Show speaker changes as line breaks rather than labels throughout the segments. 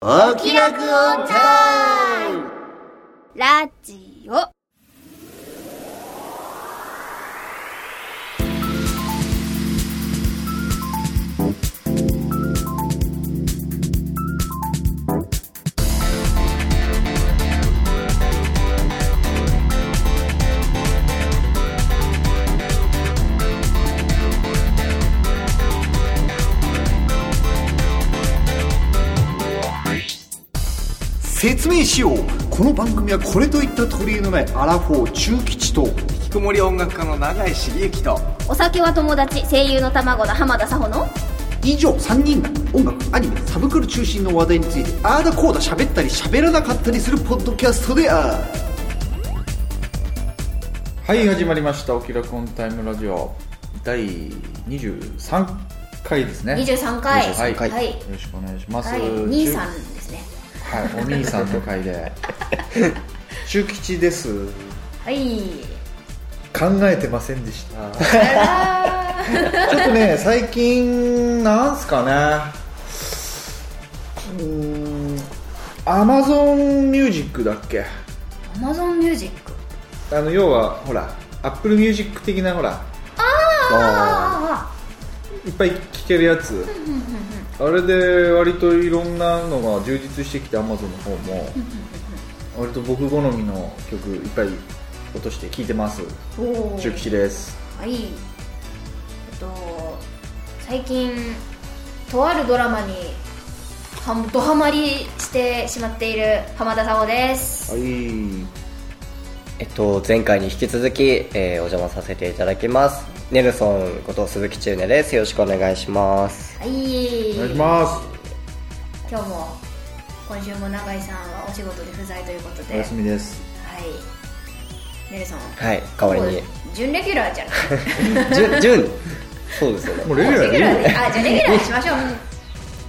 お気楽オンタイム
ラジオ。
説明しようこの番組はこれといった取り柄のないアラフォー中吉と
引きこもり音楽家の永井茂之と
お酒は友達、声優の卵の浜田さほの。
以上3人が音楽アニメサブクル中心の話題についてああだこうだ喋ったり喋らなかったりするポッドキャストである
はい始まりました「おきらくオンタイムラジオ」第23回ですね
23回
23回、
はい
よろしくお願いします、
はい、兄さんですね。
はいお兄さんの回で 中吉です
はい。
考えてませんでした ちょっとね最近なんすかねうーんアマゾンミュージックだっけ
Amazon Music。
あの要はほらアップルミュージック的なほら
あ
いっぱい聴けるやつあれで割といろんなのが充実してきて Amazon の方も割と僕好みの曲いっぱい落として聴いてます
あ。おお。
中吉です
はい。えっと、最近、とあるドラマに、はドハマりしてしまっている浜田さほです。
い
えっと、前回に引き続き、えーお邪魔させていただきます。ネルソンこと鈴木中根です。よろしくお願いします。
はい。
お願いします
今日も、今週も永井さんはお仕事で不在ということ
お
で。
休みです
はい。ねるさん。
はい、代わりに。
準レギュラーじゃない。
じゅ、じゅんそうですよね。
もうレギュラー
レギ
でい
ュ
い
ラ
よ
ーで、あ、じゃあレギュラーにしましょう。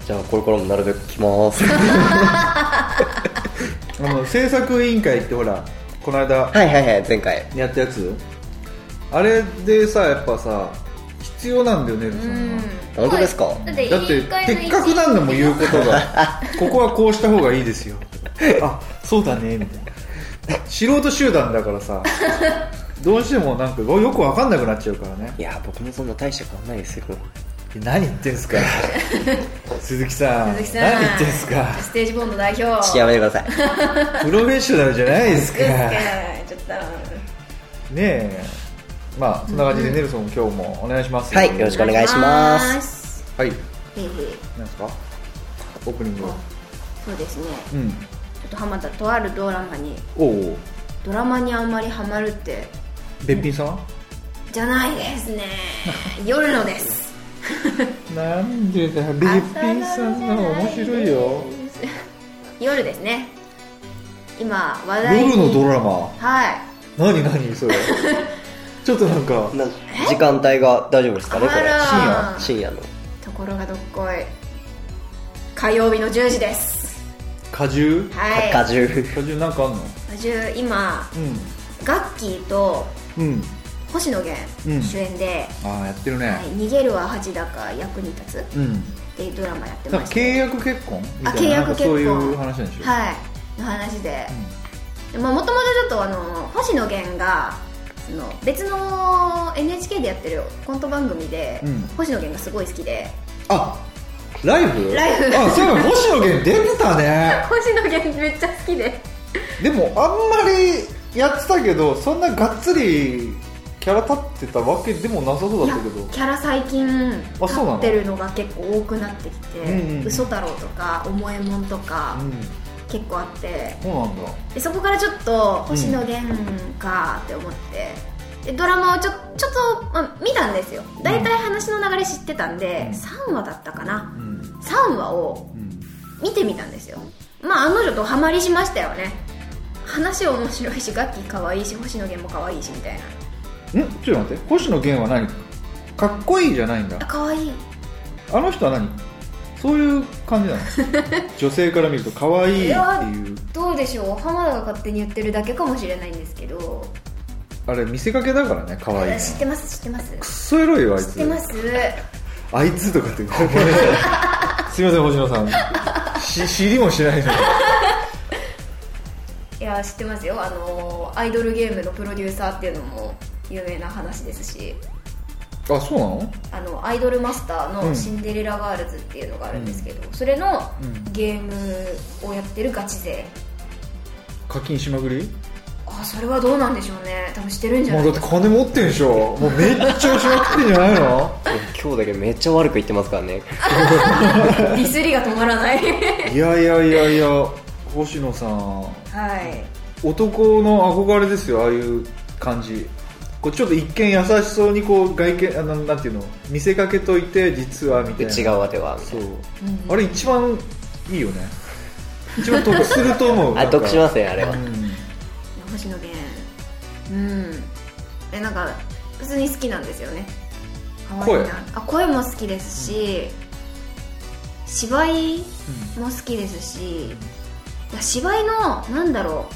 じゃあ、これからもなるべく来ます。は
あの制作委員会ってほらこの間
いはいはい、前回。
やったやつあれでさやっぱさ必要なんだよねルソンが
本当ですか
だって、
だって
一回の
せっかくなんだもん言うことがここはこうした方がいいですよ あそうだねみたいな素人集団だからさどうしてもなんかよくわかんなくなっちゃうからね
いや、僕もそんな大したことないですよ。
何言ってんすか鈴木さん
鈴木さん
何言ってん すか
ステージボンド代表。
ちやめてください。
プロフェッショナルじゃないですか
うっ
ね
すけちょっと。
えまあそんな感じでネルソン今日もお願いします
はいよろしくお願いします
す。
はい
へいへい
何ですかオープニング
そうですね。
うん
ちょっと浜田とあるドラマに、
おお
ドラマにあんまりハマるって。
べっぴんさん
じゃないです ね。夜のです。
なんでだべっぴんさんの面白いよ
夜ですね。今話題に。
夜のドラマ
はい。
何何 それちょっとなんか
な時間帯が大丈夫ですかね、これ。
あら
深夜の。
ところがどっこい火曜日の10時です
果汁
はい
果汁。
果汁なんかあんの
果汁今
う
ガッキーと
んうん
星野源
うん
主演で
ああやって
「
るね、
はい、逃げるは恥だか役に立つ」っ
うん
ていうドラマやって
なん
ま
か
し
契約結婚み
あ
たいな
契約
なんか
結婚
そういう話なんでしょ
たはいの話でもともとちょっとあの星野源がその別の NHK でやってるコント番組で、
うん
星野源がすごい好きで
あライブ
ライブ
あそういえば星野源出てたね
星野源めっちゃ好きで
でもあんまりやってたけどそんながっつりキャラ立ってたわけでもなさそう
い
だ
や
ったけど
キャラ最近
あそう
立
なの
ってるのが結構多くなってきて「
うんうん
嘘太郎」とか「思えもん」とか
うん
結構あって
そうなんだ
でそこからちょっと星野源かって思って、でドラマをちょちょっと、まあ見たんですよ大体話の流れ知ってたんで、
うん
3話だったかな
うん
3話を
うん
見てみたんですよまああの女とハマりしましたよね話面白いし楽器可愛いし星野源も可愛いしみたいなん
ちょっと待って星野源は何かっこいいじゃないんだ
あ可愛い
あの人は何そういう感じ なの女性から見ると可愛いっていう
どうでしょう浜田が勝手に言ってるだけかもしれないんですけど
あれ見せかけだからね可愛いの
知ってます知ってます
クソエロいよあい
知っ
つ
てます
あいつとかってごめんなさいすいません星野さんし知りもしないのに
いや知ってますよあのアイドルゲームのプロデューサーっていうのも有名な話ですし
あそうなの
あのアイドルマスター
う
の
ん
シンデレラガールズっていうのがあるんですけど、それの
うん
ゲームをやってるガチ勢
課金しまぐり
あそれはどうなんでしょうね多分してるんじゃ
も
な
う
いで
だっ
す
て
か
金持ってんでしょもうめっちゃしまくってんじゃない の
今日だけめっちゃ悪く言ってますからね
ディスりが止まら ない
いやいやいやいや星野さん
はい
男の憧れですよああいう感じこうちょっと一見優しそうにこう外見あのなんていうの見せかけといて実はみたいな
内側ではみた
そ
いうな、
あれ一番いいよね一番得すると思う
あ得しますすねあれは
星野源うんえなんか普通に好きなんですよね可愛いなあ声も好きですし、芝居も好きですし、いや芝居のなんだろ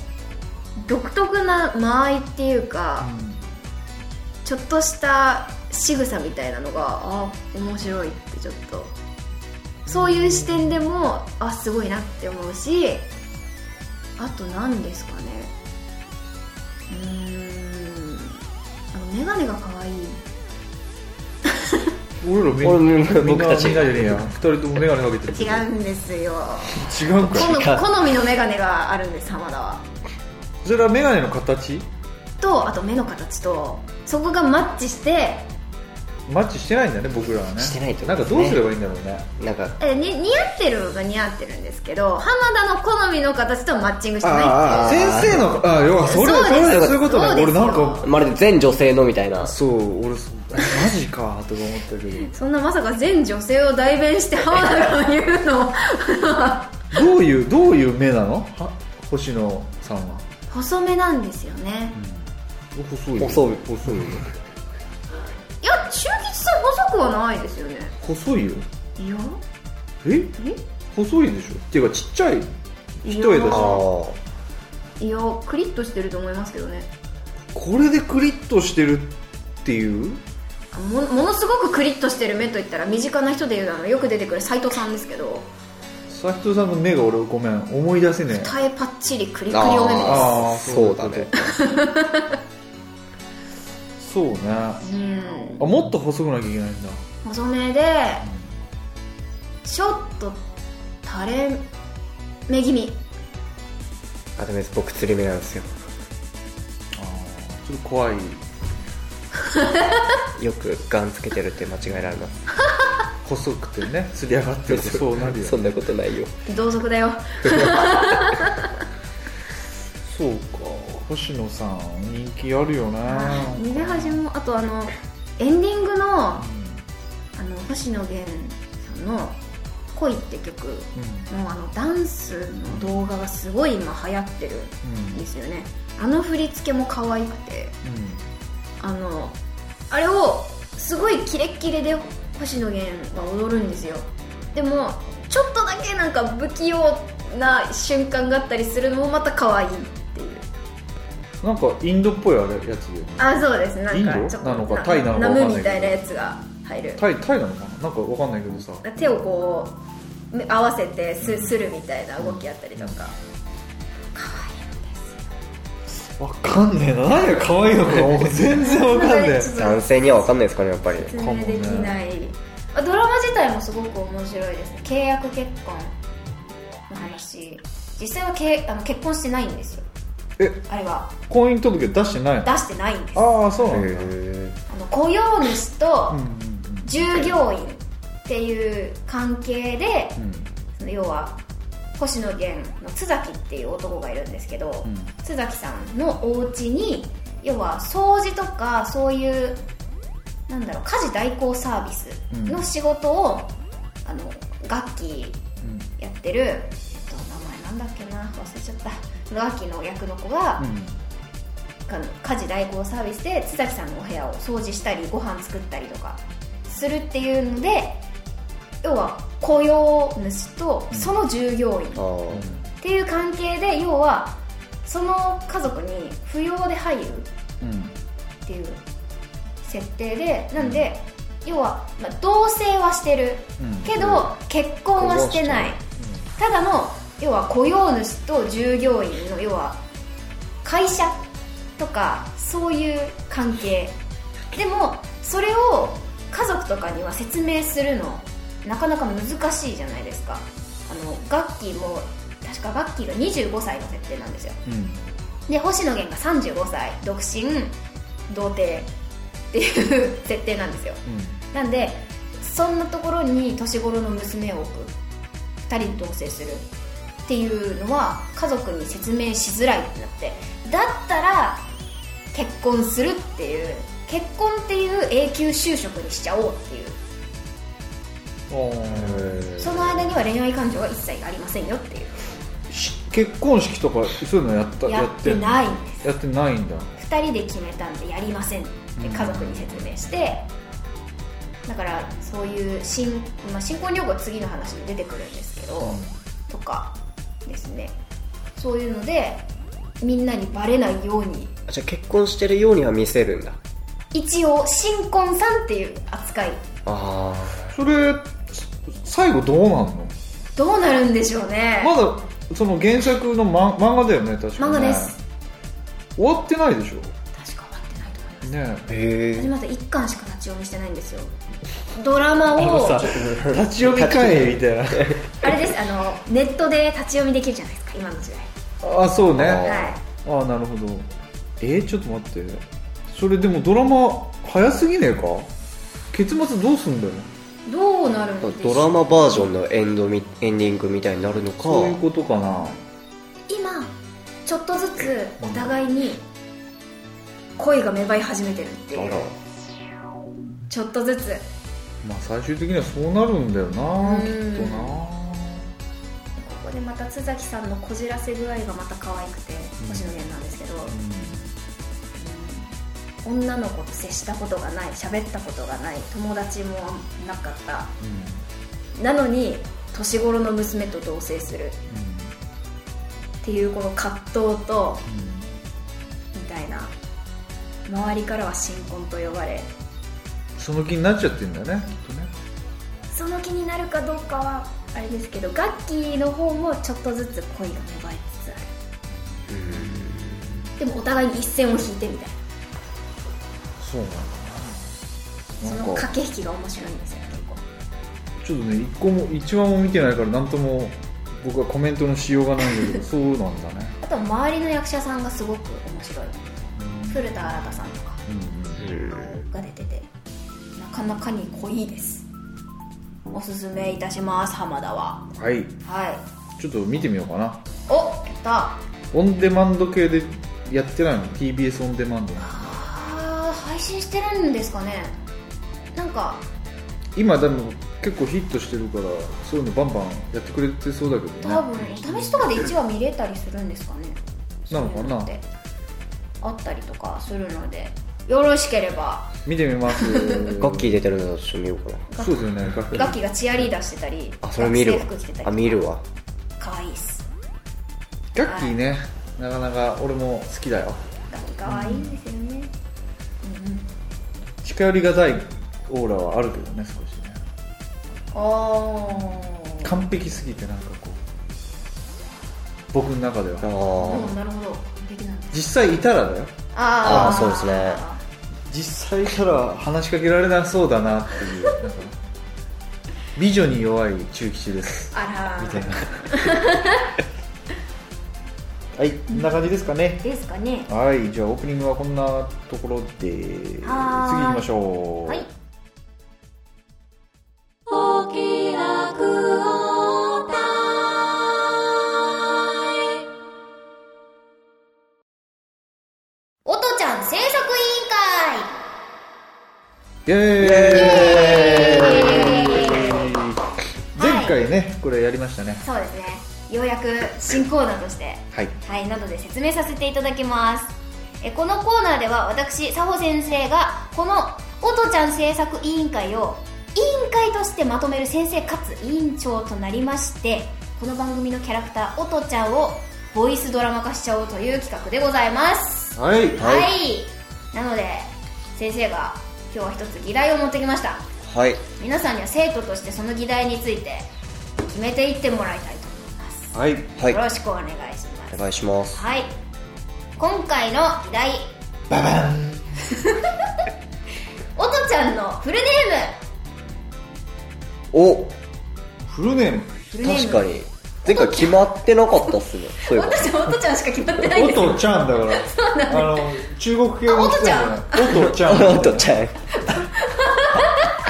う独特な間合いっていうか、ちょっとした仕草みたいなのがあ面白いってちょっとそういう視点でもあすごいなって思うしあと何ですかねうーんあの眼鏡が可愛い
俺らみ
俺
んな
も僕たち
みんなみんなじゃねえや二人とも眼鏡かけてる
違うんですよ
違うか
好み
違う
好みの眼鏡があるんです浜田は
それは眼鏡の形
とあと目の形とそこがマッチして
マッチしてないんだね僕らはね
してないってこ
な
と
ん
で
か
すね
どうすればいいんだろうね
なんか
えに似合ってるは似合ってるんですけど浜田の好みの形とマッチングしてない
ああ
先生のあ要はそれ
そうで
そ
す
れそういうことね
そうです
俺なん
よ
か
まるで全女性のみたいな
そう俺そマジかとか思ったけど
そんなまさか全女性を代弁して浜田が言うの
どういうどういう目なのは星野さんは
細めなんですよね
細い
細い
細い
いや中吉さん細くはないですよね
細いよ
いや
え細いでしょっていうかちっちゃい一重だし
ああ
いやクリッとしてると思いますけどね
これでクリッとしてるっていう
あもものすごくクリッとしてる目といったら身近な人でいうあのよく出てくる斎藤さんですけど
斉藤さんの目が俺ごめん思い出せねえ
二重パッチリクリクリお目目です
あー
そうだね
そうねあ
うん
もっと細くなきゃいけないんだ
細めでちょっと垂れ目気味
あダメです僕釣り目なんですよ
あーちょっと怖い
よくガンつけてるって間違えられます
細くてねつり上がってるとそうなるよ
そんなことないよ
同族だよ
そうか星野さん人気あるよね
逃げ恥もあとあのエンディングのあの星野源さんの「恋」って曲
うん
のあのダンスの動画がすごい今流行ってるんですよねあの振り付けも可愛くて
うんうん
あのあれをすごいキレッキレで星野源は踊るんですよでもちょっとだけなんか不器用な瞬間があったりするのもまた可愛いっていう
なんかインドっぽいあれやつよね
あそうですなんか
インド
ちょっと
なのかタイなのか
ナ
わかんな
ムみ
いけど
たいなやつが入る
タイタイなのかななんかわかんないけどさ
手をこうめ合わせてすするみたいな動きあったりとか
わかんねえな何が可愛いのかもう全然わかんねえ
男性には分かんないですかねやっぱり
説明できない、まあドラマ自体もすごく面白いですね契約結婚の話、実際はけあの結婚してないんですよ
え
あれは
婚姻届出してないの
出してないんですあ
ああそうなんだ、
へ
の雇用主と
うんうん
従業員っていう関係で、
うん
その要は星野源の津崎っていう男がいるんですけど、
うん
津崎さんのお家に要は掃除とかそういうなんだろう家事代行サービスの仕事を、あの楽器
うん
やってる、えっと、名前なんだっけな忘れちゃった楽器の役の子が、あの家事代行サービスで津崎さんのお部屋を掃除したりご飯作ったりとかするっていうので要は雇用主とその従業員
あー
っていう関係で要はその家族に扶養で入る
うんうん
っていう設定でなんで要は、まあ同棲はしてるけど結婚はしてない
うん
ただの要は雇用主と従業員の要は会社とかそういう関係でもそれを家族とかには説明するのなかなか難しいじゃないですかあのガッキーも確かガッキーが25歳の設定なんですよ
うん
で星野源が35歳独身童貞っていう設定なんですよなんでそんなところに年頃の娘を置く2人同棲するっていうのは家族に説明しづらいってなってだったら結婚するっていう結婚っていう永久就職にしちゃおうっていう
うんうん
その間には恋愛感情は一切ありませんよっていう
し結婚式とかそういうのやった
やって
んの
ないんです
やってないんだ
2人で決めたんでやりませんって家族に説明して、だからそういう新,、まあ、新婚旅行は次の話で出てくるんですけど、とかですねそういうのでみんなにバレないように
あじゃあ結婚してるようには見せるんだ
一応新婚さんっていう扱い
ああ
それ最後どうなんの
どうなるんでしょうね、
まだその原作の、ま、漫画だよね確か
漫画
ね
です
終わってないでしょ
確か終わってないと思います
ねえ
へ
私まだ1巻しか立ち読みしてないんですよドラマをあ
立ち読み会みたいな
れですあのネットで立ち読みできるじゃないですか今の時代
あそうね
あ
あ
はい
あなるほどえー、ちょっと待ってそれでもドラマ早すぎねえか結末どうすんだよ
どうなるんでしょう
ドラマバージョンのエンドみエンディングみたいになるのか
そういうことかな
今ちょっとずつお互いに恋が芽生え始めてるっていう
あ
ちょっとずつ
まあ最終的にはそうなるんだよ
う
なんきっとな
ここでまた津崎さんのこじらせ具合がまた可愛くて
ん
星野源なんですけど、女の子と接したことがない喋ったことがない友達もなかった
うんうん
なのに年頃の娘と同棲するっていうこの葛藤とみたいな周りからは新婚と呼ばれ
うんその気になっちゃってんだよねきっとね
その気になるかどうかはあれですけど楽器の方もちょっとずつ恋が芽生えつつあるでもお互いに一線を引いてみたい
そうなんだ
なそ
な
の
んか
駆け引きが面白いんですよ結構
ちょっとね一個も一話も見てないから何とも僕はコメントのしようがないんだけどそうなんだね
あとは周りの役者さんがすごく面白い古田新太さんとか
うん
が出ててなかなかに濃いですおすすめいたします浜田は
は
は
い
い
ちょっと見てみようかな
おやったあ
オンデマンド系でやってないの TBS オンデマンド
あー配信してるんですかねなんか
今でも結構ヒットしてるからそういうのバンバンやってくれてそうだけど
多
ね
分お試しとかで1話見れたりするんですかね
なのかな
そういうってあったりとかするのでよろしければ
見てみます
ガッキー出てるのと一緒に見ようかな
そうですよね楽器
ガキがチアリーダーしてたり
あそれ見るわ
学生服着てた
あ
り
見るわ
かわいいっす
ガッキーねなかなか俺も好きだよ
ガキかわいいんですよね、
近寄りがたいオーラはあるけどね少しね
ああ
完璧すぎてなんかこう僕の中では
あ
なるほどできない
実際いたらだよ
あ
あーそうですね
実際いたら話しかけられなそうだなっていうなんか美女に弱い中吉です
あ
みたい
ら
なはいこんな感じですかね
ですかね
はいじゃあオープニングはこんなところで次
はーい
行きましょう
はいおとちゃん制作委員会
イエ
イエ
ーイ前回ねこれやりましたね
そうですねようやく新コーナーとして
はい
はいなどで説明させていただきますえこのコーナーでは私佐保先生がこの「おとちゃん制作委員会」を委員会としてまとめる先生かつ委員長となりましてこの番組のキャラクターおとちゃんをボイスドラマ化しちゃおうという企画でございます
はい
はい、なので先生が今日は一つ議題を持ってきました
はい
皆さんには生徒としてその議題について決めていってもらいたいと
はい
はい
よろしくお願いします
お願いします
はい今回の依頼
ババン
おとちゃんのフルネ
お
フルネー
ー
ム
ムフルネー
確
ム
かに前回決まってなかったっすねそういえば
私おとちゃんしか決まってないん
お
ですよ
とちゃんだ からあの中国系の人じゃないおとちゃん
おとちゃん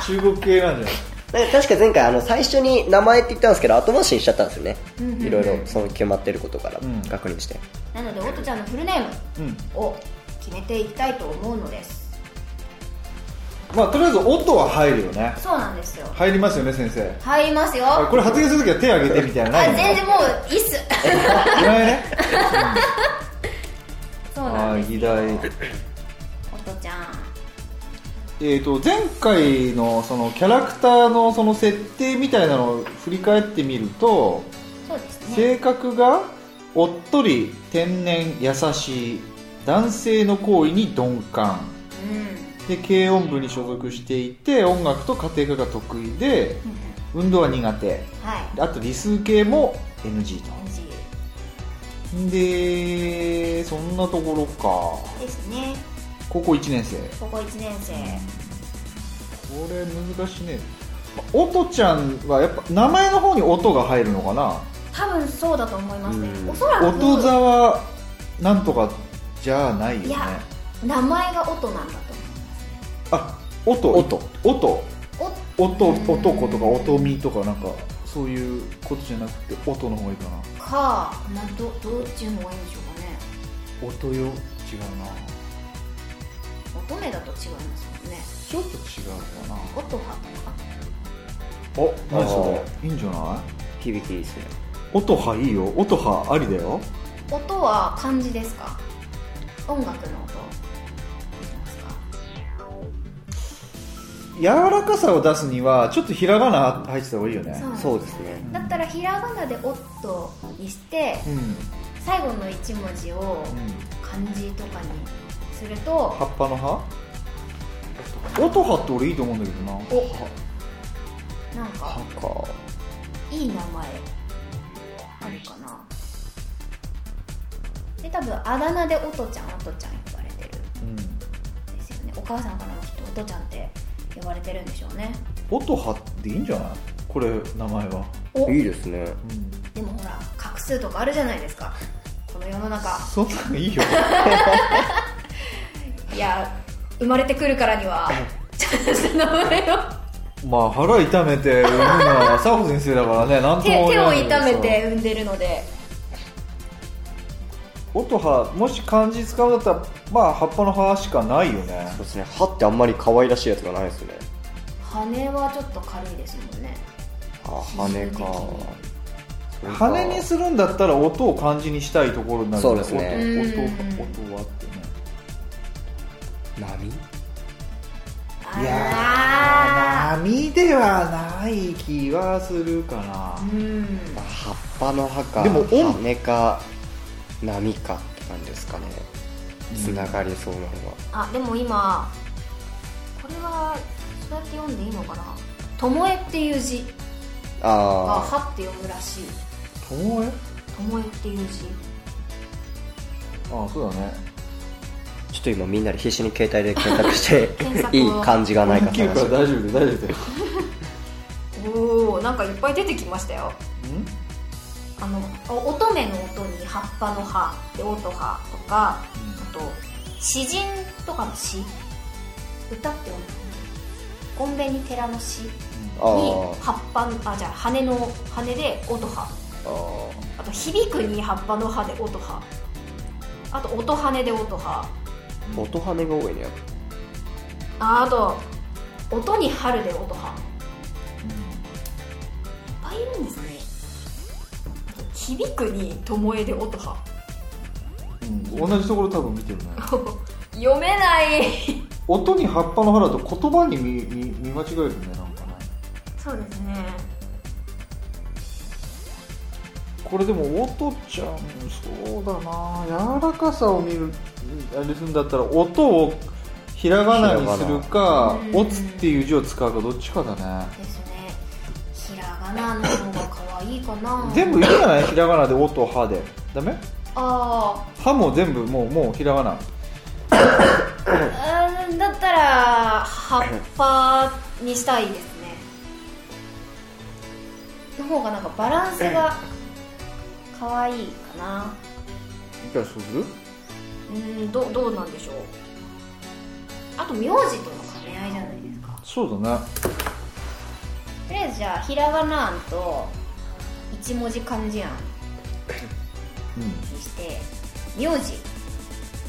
中国系なんじゃない
なんか確か前回あの最初に名前って言ったんですけど後回しにしちゃったんですよねいろいろその決まってることから
うん
確認して、
なのでおとちゃんのフルネー
うん
ムを決めていきたいと思うのです
まあとりあえず音は入るよね
そうなんですよ
入りますよね先生
入りますよ
あ
あ
これ発言するときは手挙げてみたいなのない
全
の
然もういいっす
いらないね
そう
あ
な
あ
んです
議題
おとちゃん
えー、と前回のそのキャラクターのその設定みたいなのを振り返ってみると、
そうですね
性格がおっとり天然優しい男性の行為に鈍感で軽音部に所属していて音楽と家庭科が得意で
うん
運動は苦手
はい
であと理数系も NG と
NG
でそんなところか
ですね
高校1年生
高校1年生
これ難しいねまあ音ちゃんはやっぱ名前の方に音が入るのかな
多分そうだと思いますね
うん
おそらく
音沢なんとかじゃないよ
い
ね
や名前が音なんだと
あ音
音
音
思う
音
うん
男とか音見とかなんかそういうことじゃなくて音の方がいいかな
おか、まあ、どどっちの方がいいんでしょうかね
音よ違うな
乙女だと違いますもんね
ちょっと違うかな
音はとか
お何そ
あ
れいいんじゃない
響きいいですね
音はいいよ音はありだよ
音は漢字ですか音楽の音いきますか
柔らかさを出すにはちょっとひらがな入ってた方がいいよね
なん
そうですね
だったらひらがなで「おっと」にして
うん、うん、
最後の一文字を漢字とかにすると
葉っぱの葉音葉って俺いいと思うんだけどな
なんか
か
いい名前あるかなで多分あだ名で「おとちゃん」「おとちゃん」呼ばれてる
うん
んですよねお母さんからもきっと「おとちゃん」って呼ばれてるんでしょうね
音葉っていいんじゃないこれ名前は、
お
いいですね
うん、
でもほら画数とかあるじゃないですかこの世の中
そんなのいいよ
いや生まれてくるからに はちゃんとした名前を
まあ腹痛めて産むのは佐保先生だからね何と
手
も
手
言わ
を
ないけど
痛
さ
めて産んでるので
音葉もし漢字使うんだったらまあ葉っぱの葉しかないよね
そうですね歯ってあんまり可愛らしいやつがないですね
羽はちょっと軽いですもんね
あ羽かそれか
羽にするんだったら音を漢字にしたいところになるよ
そうですね
う
音
ん
音音はってね
波
あ
い
ら
やー波ではない気はするかな
ーうん
まあ葉っぱの葉か
でも音
羽か波かって感じですかねつながりそうなのは、
あでも今これはそうやって読んでいいのかな「ともえ」っていう字が「
あ
は」って読むらしい「
巴
ともえ」っていう字
ああそうだね
あちょっと今みんなで必死に携帯で検索して
検索を
いい漢字がないか
切る
探
から
して
大丈夫だよ大丈夫だよ
おおんかいっぱい出てきましたよ
ん
あのお乙女の音に葉っぱの葉で音葉とか、あと詩人とかの詩歌って読むゴンベに寺の詩に
あー
葉っぱのあじゃあ羽の羽で音葉
あー
あと響くに葉っぱの葉で音葉あと音羽で音葉
音羽が多いね
ああと音に春で音葉いっぱいいるんですね響くに巴で音葉
うん、同じところ多分見てるね
読めない
音に葉っぱの葉だと言葉に見見見間違えるねなんかね
そうですね
これでも音ちゃんそうだな柔らかさを見るあれするんだったら音をひらがなにするか
ひらがな
「おつ」っていう字を使うかどっちかだね
ですねひらがなの方が可あいいかな
全部いいんじゃないひらがなで「お」と「は」でダメ
あ
「は」も全部もうもうひらがな
あうーんだったら葉っぱにしたいですねの方がなんかバランスが可愛いかな
じゃあそうする
うんどうどうなんでしょうあと名字との兼ね合いじゃないですか
そうだね
とりあえずじゃあひらがな案と一文字漢字案
うん
にして名字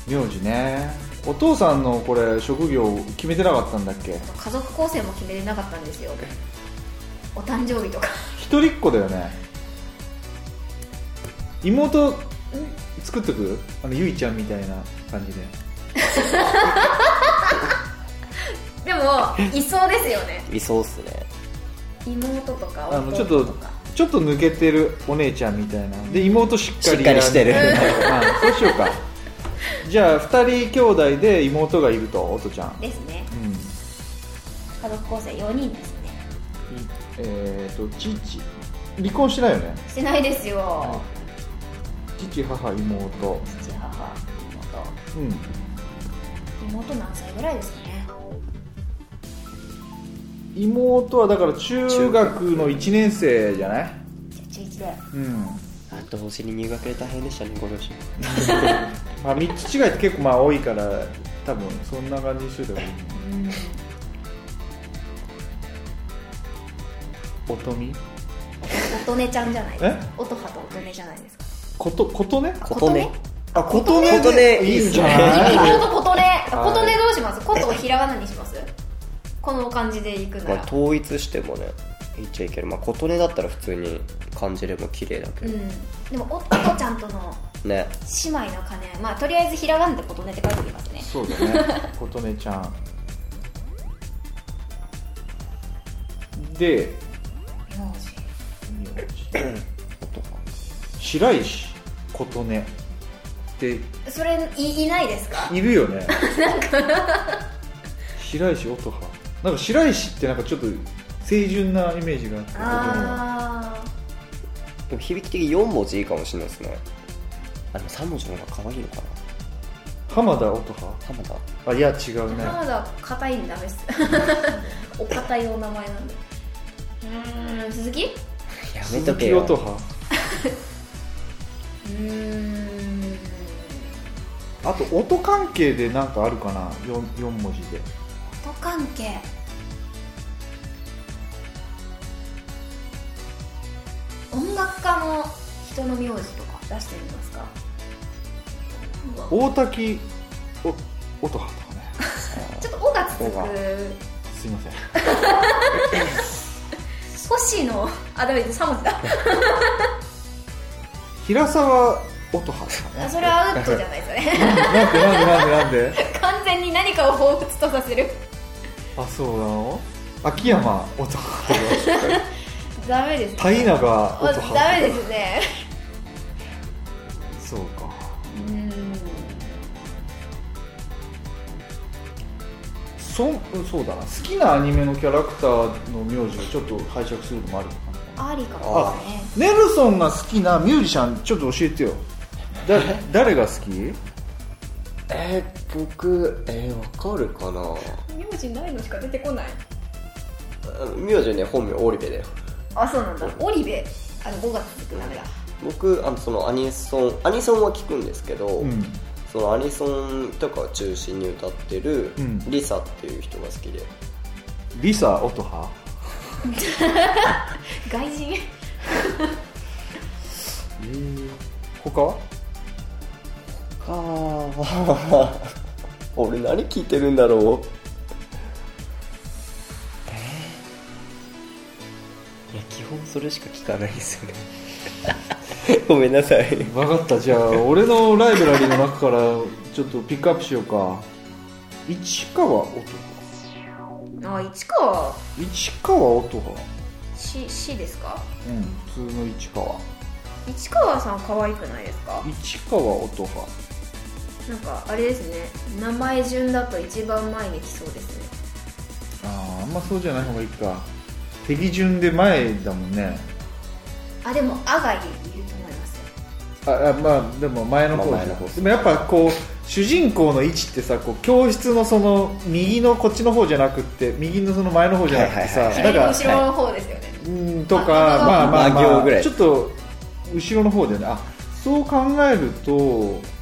名字ねお父さんのこれ職業決めてなかったんだっけ
家族構成も決めれなかったんですよお誕生日とか
一人っ子だよね妹作っとくあのゆいちゃんみたいな感じで
で もいそうですよね
いそうっすね
妹とか
あのちょ
弟と
っと
か
ちょっと抜けてるお姉ちゃんみたいなで妹しっかり
しっかりしてる
やんないとうんそうしようかじゃあ2人兄弟で妹がいると音ちゃんうん
ですね家族構成4人ですね
えっ、と父離婚してないよね
してないですよ
父母妹
父母
うん
妹妹何歳ぐらいですかね
妹はだから中学の1年生じゃない
じゃあ中1で
うん
あと星に入学で大変でしたねご両親
まあ3つ違いって結構まあ多いから多分そんな感じにしといた方がいい
うん
音美
乙女ちゃんじゃない
え
乙葉と乙女じゃないですか
ことことね
琴音
あことね
琴音
で
いいっすね
んじゃない
妹と琴音琴音どうします琴をひらがなにしますこの感じでいくな
まあ
ら
統一してもねいっちゃいけるまあ琴音だったら普通に漢字でも綺麗だけ
う
ど
んでもお音ちゃんとの
ね
姉妹の金まあとりあえずひらがなで琴音って書いておきますね
そうだね琴音ちゃんで
名字
名字 白石琴音って
それいいないですか
いる よね白石音葉なんか白石ってなんかちょっと清純なイメージがあっ
あ
でも響き的に4文字いいかもしれないですねあでも3文字の方が可愛いのかな
て浜田音葉
浜田
あいや違う
あ
ね
浜田硬いんだめっ すお堅いお名前なんでうーん鈴木う
やめ
鈴
とけ
木
よ
音葉
ーん
あと音関係でなんかあるかな 4, 4文字で
音関係音楽家の人の名字とか出してみますか
大滝お音葉とかね
ちょっと「お」が続
おが
く
すいま せん
星のあダメです3文字だ
平沢音葉さん
あそれはアウトじゃないですよね
なんでなんでなんでなんで
完全に何かを彷彿とさせる
あそうなの秋山音 葉とか
ダメです
田稲が
あ
音葉
ダメですね
そうか
うん
そんそうだな好きなアニメのキャラクターの名字をちょっと拝借するのもありかな
ありかもね
ネルソンが好きなミュージシャンちょっと教えてよだ誰が好き
えー、僕えー、わかるかな
名字ないのしか出てこない
うん名字ね本名オリベだよ
あそうなんだオリベあの5月続くダメだ
僕あのそのアニソンアニソンは聞くんですけど、
うん
そのアニソンとかを中心に歌ってる、
うん
リサっていう人が好きで
リサ音葉
外人
他は
ああ 俺何聞いてるんだろうえーいや基本それしか聞かないですよね ごめんなさい
分かったじゃあ俺のライブラリーの中からちょっとピックアップしようか市川音羽
あ一か
市川音羽
ししですか
うん普通の市川
市川さん可愛くないですか
市川音羽
なんかあれですね名前順だと一番前に来そうですね
あああんまそうじゃない方がいいか敵順で前だもんね
あでも「あ」がいると思いますよ
ああまあでも前の方じ
ま
ゃ
あ前の
ん
方
でもやっぱこう主人公の位置ってさこう教室のその右のこっちの方じゃなくって右のその前の方じゃなくてさ、
はいはい
だ
左の
から
後ろの方ですよね、
うんとか
あ
まあまあ、ま
真行ぐら
あ、
い
ちょっと後ろの方だよねあそう考えると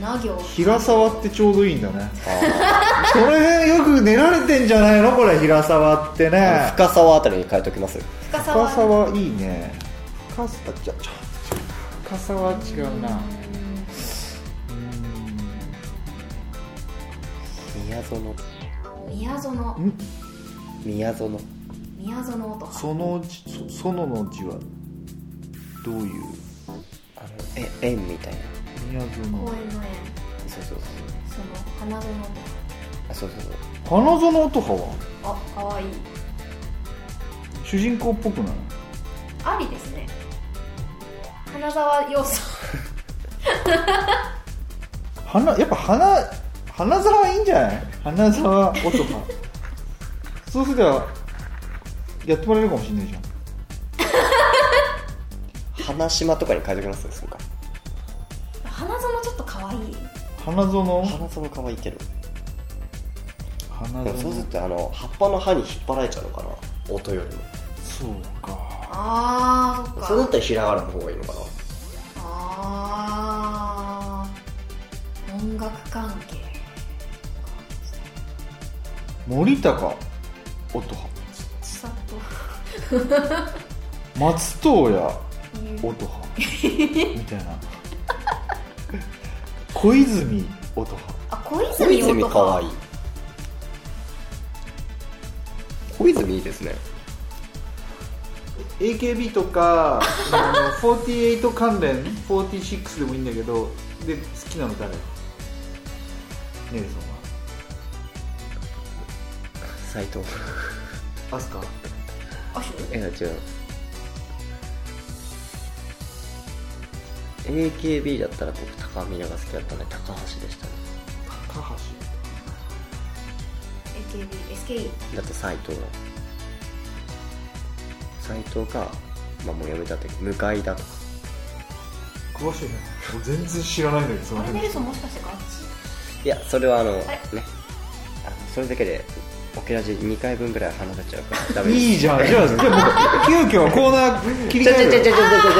なな行
平沢ってちょうどいいんだね
あ
その辺よく練られてんじゃないのこれ平沢って
ー
ね
深沢あたりに変えときます
深沢
深沢いいね深沢ちょちょ深沢は違うな
宮園
宮園
うん
宮園
宮園とか
その字そそのの字はどういう
あのえ園みたいな
宮
公園の
園
園
そうそうそう
その花園と
あそうそうそう
花園とかは
かあかわいい
主人公っぽくない
ありですね花沢要素
花やっぱ花花沢いいんじゃない花沢男 そうすればやってもらえるかもしれないじゃん
花島とかに変えときますそうか
花園ちょっとかわいい
花園
花園可愛いけど
花
でも
園
そうするとあの葉っぱの葉に引っ張られちゃうのかな音よりも
そうか
あーそっか
それだったらひらがなの方がいいのかな
あー音楽関係
森高音羽
ちさ
松
と
任谷
いう
音 羽みたいな小泉音羽
あ小
小
泉
泉
音
かわいい
い
小泉いいですね
AKB とかあの48関連46でもいいんだけどで好きなの誰ネルソン
斎藤
はアスカ
あそう
え違う AKB だったら僕高見が好きだったんで高橋でしたね
高橋
AKBSKE
だって斎藤斎藤かまあもうやめちゃったけど向井だとか
詳しいねもう全然知らないんだけどそ
あれネルソン
も
もしかしてガチ
いやそれはあのね
れ
あのそれだけでオケラジ2回分ぐらい離れちゃうからダメです
いいじ ゃんじゃあじゃあもう急遽はコーナー切り
ちょ
替
ちょち
え
ょ
る
ちょちょちょちょちょ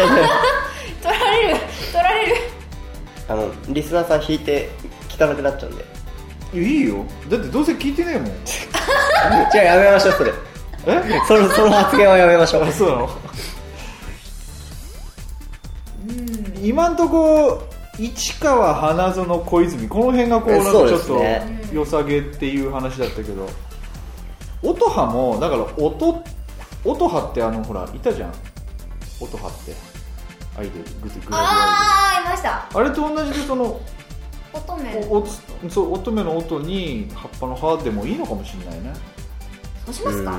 取られる取られる
あのリスナーさん引いて聞かなくなっちゃうんで
いやいいよだってどうせ聞いてねえ もん
じゃあやめましょうそれ
え
そ のその発言はやめましょう
あそうなの今んとこ市川花園小泉この辺がこう
え
なんか
そう
ちょ
で
っ
す
と
ね
良さげっていう話だったけど音羽もだから音音羽ってあのほらいたじゃん音羽ってアイドルグズグラビアアイ
あーいました
ドルあれと同じでその
乙女
おおつそう乙女の音に葉っぱの葉でもいいのかもしれないね
そうしますか
う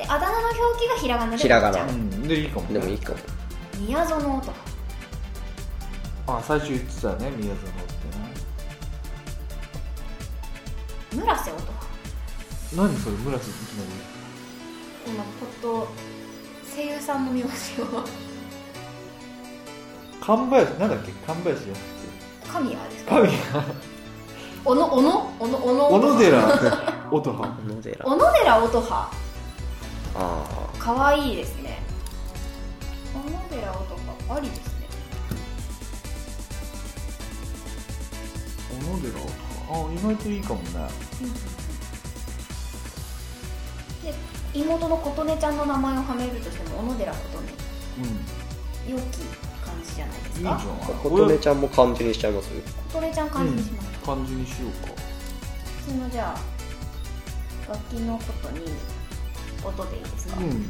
えあだ名の表記がひらがなで
ひらが
じゃ
な
あ
ん、うん、でいいかも
うんでもいいかも
宮園音とか
あ最初言ってたね宮園ってね
村瀬音とか
何それ村瀬いきなり
今ポッと声優さんの名字を
神林なんだっけ神林じゃなくて
神谷ですか
神
小野小野小野小野
小野 寺音羽
小野寺
小野寺音葉
あ
かわいいですね小野寺音葉ありですね
小野寺音羽あ意外といいかもね
で妹の琴音ちゃんの名前をはめるとしても小野寺琴音
うん
良き感じじゃないです
いいじゃん
か
あ琴音ちゃんも漢字にしちゃいます
琴音ちゃん感じにします、
漢字にしようか
普通のじゃあ楽器のことに音でいいですか、
うんいいね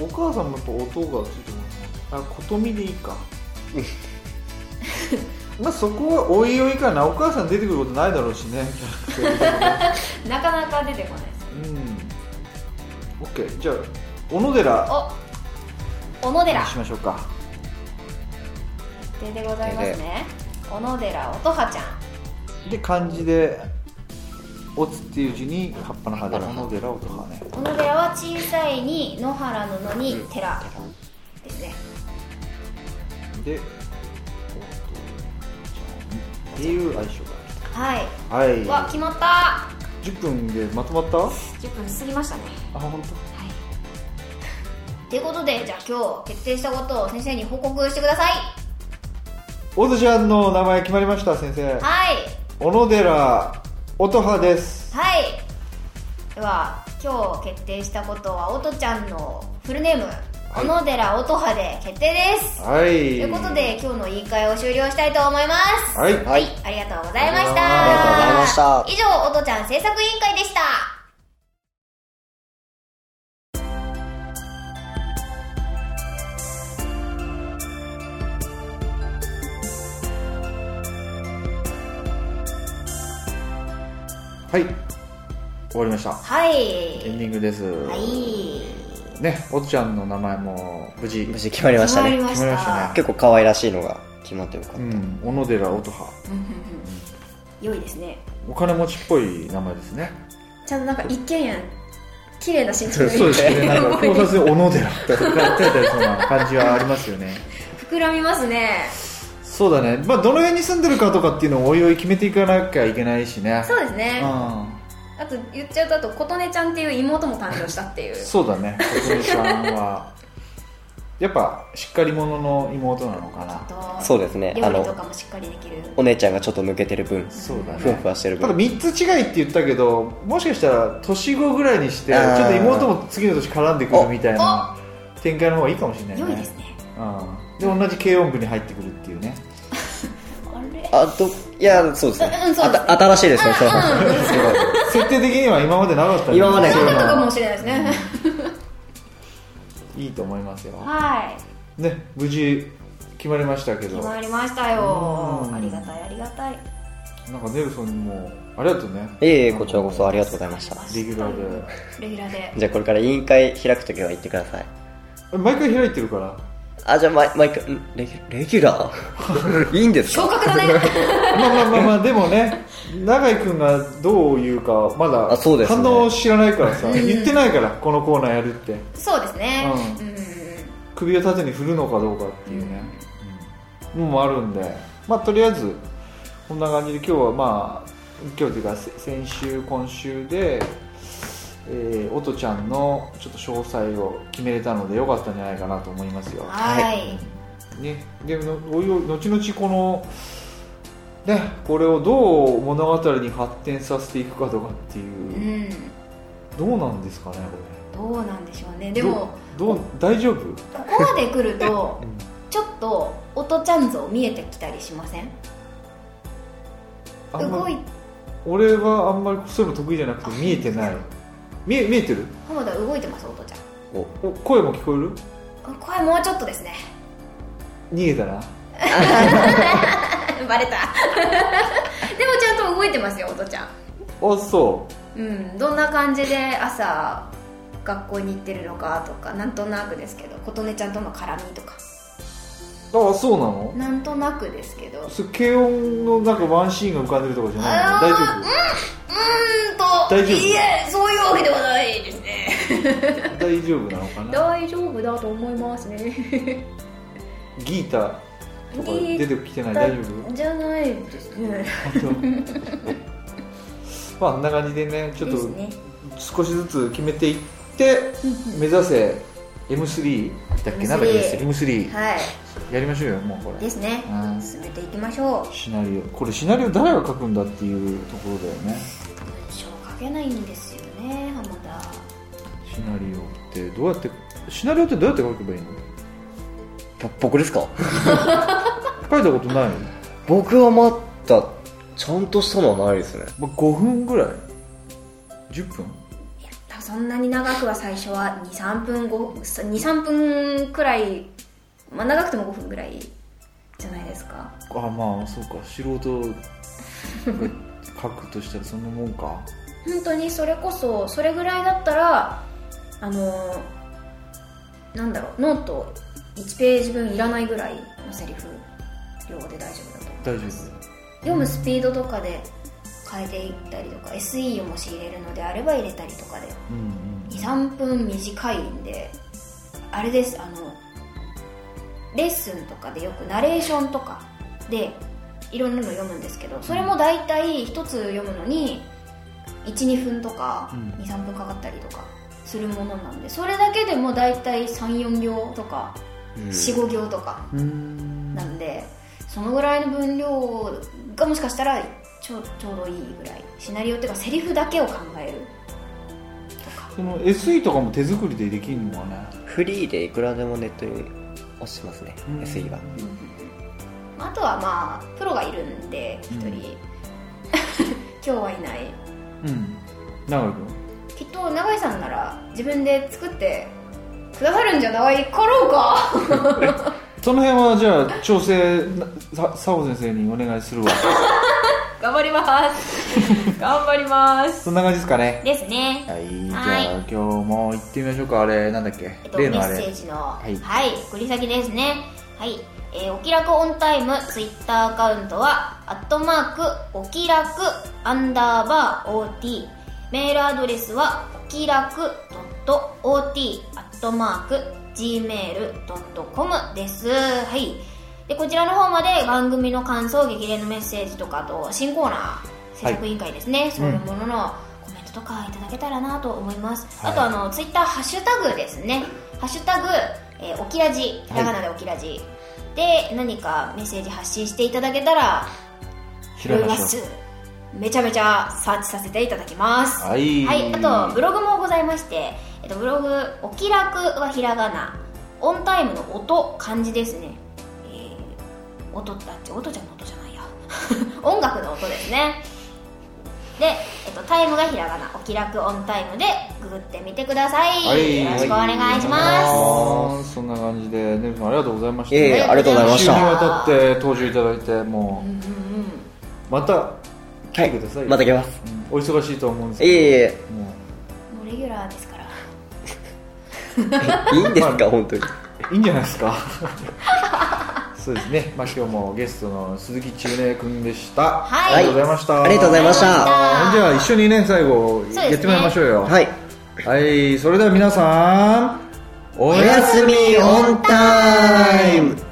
お母さんもやっぱ音がついてますねあ琴美でいいか まあそこはおいおいかなお母さん出てくることないだろうしねキャラクターと かね
なかなか出てこないですよ
うん。オッケー。じゃあ小野寺
お小野
に
寺
しましょうか。
決定でございますね小野寺音葉ちゃん
で漢字でオツっていう字に葉っぱの葉で小野寺をとかね
小野寺は小さいに野原の野に寺ですね、
でえっとじゃあっていう相性が
はい
ある
わ
は
決まった
い10分でまとまったあ
10分過ぎましたね
本当
はいということでじゃあ今日決定したことを先生に報告してください
オズちゃんの名前決まりました先生
はい
小野寺音葉です
はいでは今日決定したことはおとちゃんのフルネーム小野寺音葉で決定です、
はい
ということで今日の言い換えを終了したいと思います
はい
はい
ありがとうございました
ありがとうございました
以上音ちゃん制作委員会でした
はい終わりました
はい
エンディングです
はい
ねおちゃんの名前も無事
無事決まりましたね
ま
決まりましたね
結構可愛らしいのが決まってよかった、
うん小野寺音葉
うんうんうん 良いですね
お金持ちっぽい名前ですね
ちゃんとなんか一軒家綺麗な新築
そうですねなんか考察で小野寺って書いてありそうな感じはありますよね
膨らみますね
そうだねまあどの辺に住んでるかとかっていうのをおいおい決めていかなきゃいけないしね
そうです
う
ね
ん
あと言っちゃうとあと琴音ちゃんっていう妹も誕生したっていう
そうだね小鳥さんはやっぱしっかり者の妹なのかな
あと
そうですね
料
あ
理と
の
かもしっかりできる
お姉ちゃんがちょっと抜けてる分
そうだね
ふわふわしてる
ただ
分
3つ違いって言ったけどもしかしたら年後ぐらいにしてちょ
あー
っと妹も次の年絡んでくるみたいな展開の方がいいかもしれないね
良いですね
うん、で同じ軽音部に入ってくるっていうね
あれ
あといやそうですね
うんうんそうですね
あた新しいですねそう
設定的には今までなかったんで
今までな
そういう
そう
の
かもしれないですね
いいと思いますよ、
はい
ね、無事決まりましたけど
決
な
まりましたよ
うん
ありがたいありがたい
んかネルソンにもありがとうね
いえいえこちらこそありがとうございました
レギュラーで
レギュラーで
じゃあこれから委員会開くときは言ってください
毎回開いてるから
あじゃあ毎毎回んレギュレギュラーいいんです
昇
か
格だ ね
まあまあまあまあでも ね永井君がどう言うかまだ
あそうですね
反応を知らないからさ、言ってないからこのコーナーやるって
そうですね
う
うん
首を縦に振るのかどうかっていうね、うん、のもあるんでまあとりあえずこんな感じで今日はまあ今日というかせ先週今週でえー、おとちゃんのちょっと詳細を決めれたのでよかったんじゃないかなと思いますよ
はい
ね、でのおいおい後々この、ね、これをどう物語に発展させていくかとかっていうう、
ん
どうなんですかね
どうなんでしょうね
こ
で
れ
も
どうどう大丈夫、
ここまで来るとちょっと音ちゃん像見えてきたりしません
あんま
動い
俺はあんまりそういうの得意じゃなくて見えてない見え見えてる
浜田動いてます音ちゃん
お
お声も聞こえる
これもうちょっとですね
逃げたな
バレた でもちゃんと動いてますよ音ちゃん
あそ
うんどんな感じで朝学校に行ってるのかとかなんとなくですけど琴音ちゃんとの絡みとか
うあそうなの
なんとなくですけどうーん
それ軽音のなんかワンシーンが浮かんでるとかじゃないの大丈夫
と
大丈夫
いえそういうわけではないですね
大丈夫なのかな
大丈夫だと思いますね
ギータとか出てきてない大丈夫
じゃないですね
まあ、あんな感じでね、ちょっ
です
と
ね
少しずつ決めていって、目指せ M3 だっけ、なんだっけ、
M3
M3、
はい
やりましょうよ、もうこ
で
れ。
すね
うん
進めていきましょう
シナリオ、これシナリオ誰が書くんだっていうところだよね。
文章書けないんですよね浜田
シナリオってどうやって、シナリオってどうやって書けばいいの
ぼ僕ですか
書いたことない
僕はまだちゃんとしたのはないですね
まあ、5分ぐらい ?10 分
そんなに長くは最初は23分23分くらい、まあ、長くても5分ぐらいじゃないですか
あ、まあ、そうか、素人が 書くとしたらそんなもんか。
本当にそれこそそれぐらいだったらあのなんだろうノート1ページ分いらないぐらいのセリフ量で大丈夫だと
大丈夫
読むスピードとかで変えていったりとか SE をもし入れるのであれば入れたりとかで
うんうん
23分短いんであれですあのレッスンとかでよくナレーションとかでいろんなの読むんですけどそれも大体1つ読むのに12分とか
うん
23分かかったりとかするものなんでそれだけでも大体34行とか
うん
45行とか
うん
なんでそのぐらいの分量がもしかしたらちょちょうどいいぐらいシナリオっていうかセリフだけを考えるとか
その SE とかも手作りでできるのはね
フリーでいくらでもネットに落ちてますね、SE は
あとはまあプロがいるんで一人、
うん
今日はいない
うん長井君
きっと永井さんなら自分で作ってくださるんじゃない かろうか
その辺はじゃあ調整なさ佐尾先生にお願いするわ
頑張ります 頑張ります
そんな感じですかね
ですね
はいじ
はい
ゃあ今日も行ってみましょうかあれなんだっけ、
えっと、メ
例のあ
ッセー
れ
ジの
い
はい、送り先ですねはい、えーおきらくオンタイムツイッターアカウントはアットマークおきらくアンダーバー OT メールアドレスはおきらく .ot アットマーク gmail.com ですはいでこちらの方まで番組の感想激励のメッセージとかあと新コーナー制作委員会ですね、そういうもののコメントとかいただけたらなと思います、
はい
あとあのツイッターハッシュタグですね「ハッシュタグ、えー、おきらじ」ひらがなでおきらじ、で何かメッセージ発信していただけたら
拾
拾
い
い
ま
ま
し
す
ょう
めちゃめちゃサーチさせていただきます
はい
あとブログもございまして、えっと、ブログ「おきらく」はひらがなオンタイムの音漢字ですね、えー、音だって音じゃん音じゃないや 音楽の音ですねで、えっと、タイムがひらがなおきらくオンタイムでググってみてください、
はい
よろしくお願いします
あーそんな感じでネルさんありがとうございました
いえいえありがとうございま
2
し
週に
た
わたって登場いただいても
うんうんうん
うまた
は
来てください
いまた来ます
うんお忙しいと思うんです
いえい
け
え
ども
もうレギュラーですから
いいんです
まあ
か本当に
ういいんじゃないですか そうですねまあ今日もゲストの鈴木中根君でした
はい
ありがとうございました
ありがとうございまし
ありがとうございました
た
じゃあ一緒にね最後
ですね
やってもらいましょうよ
はい
はいそれでは皆さんお
おやすみオンタイム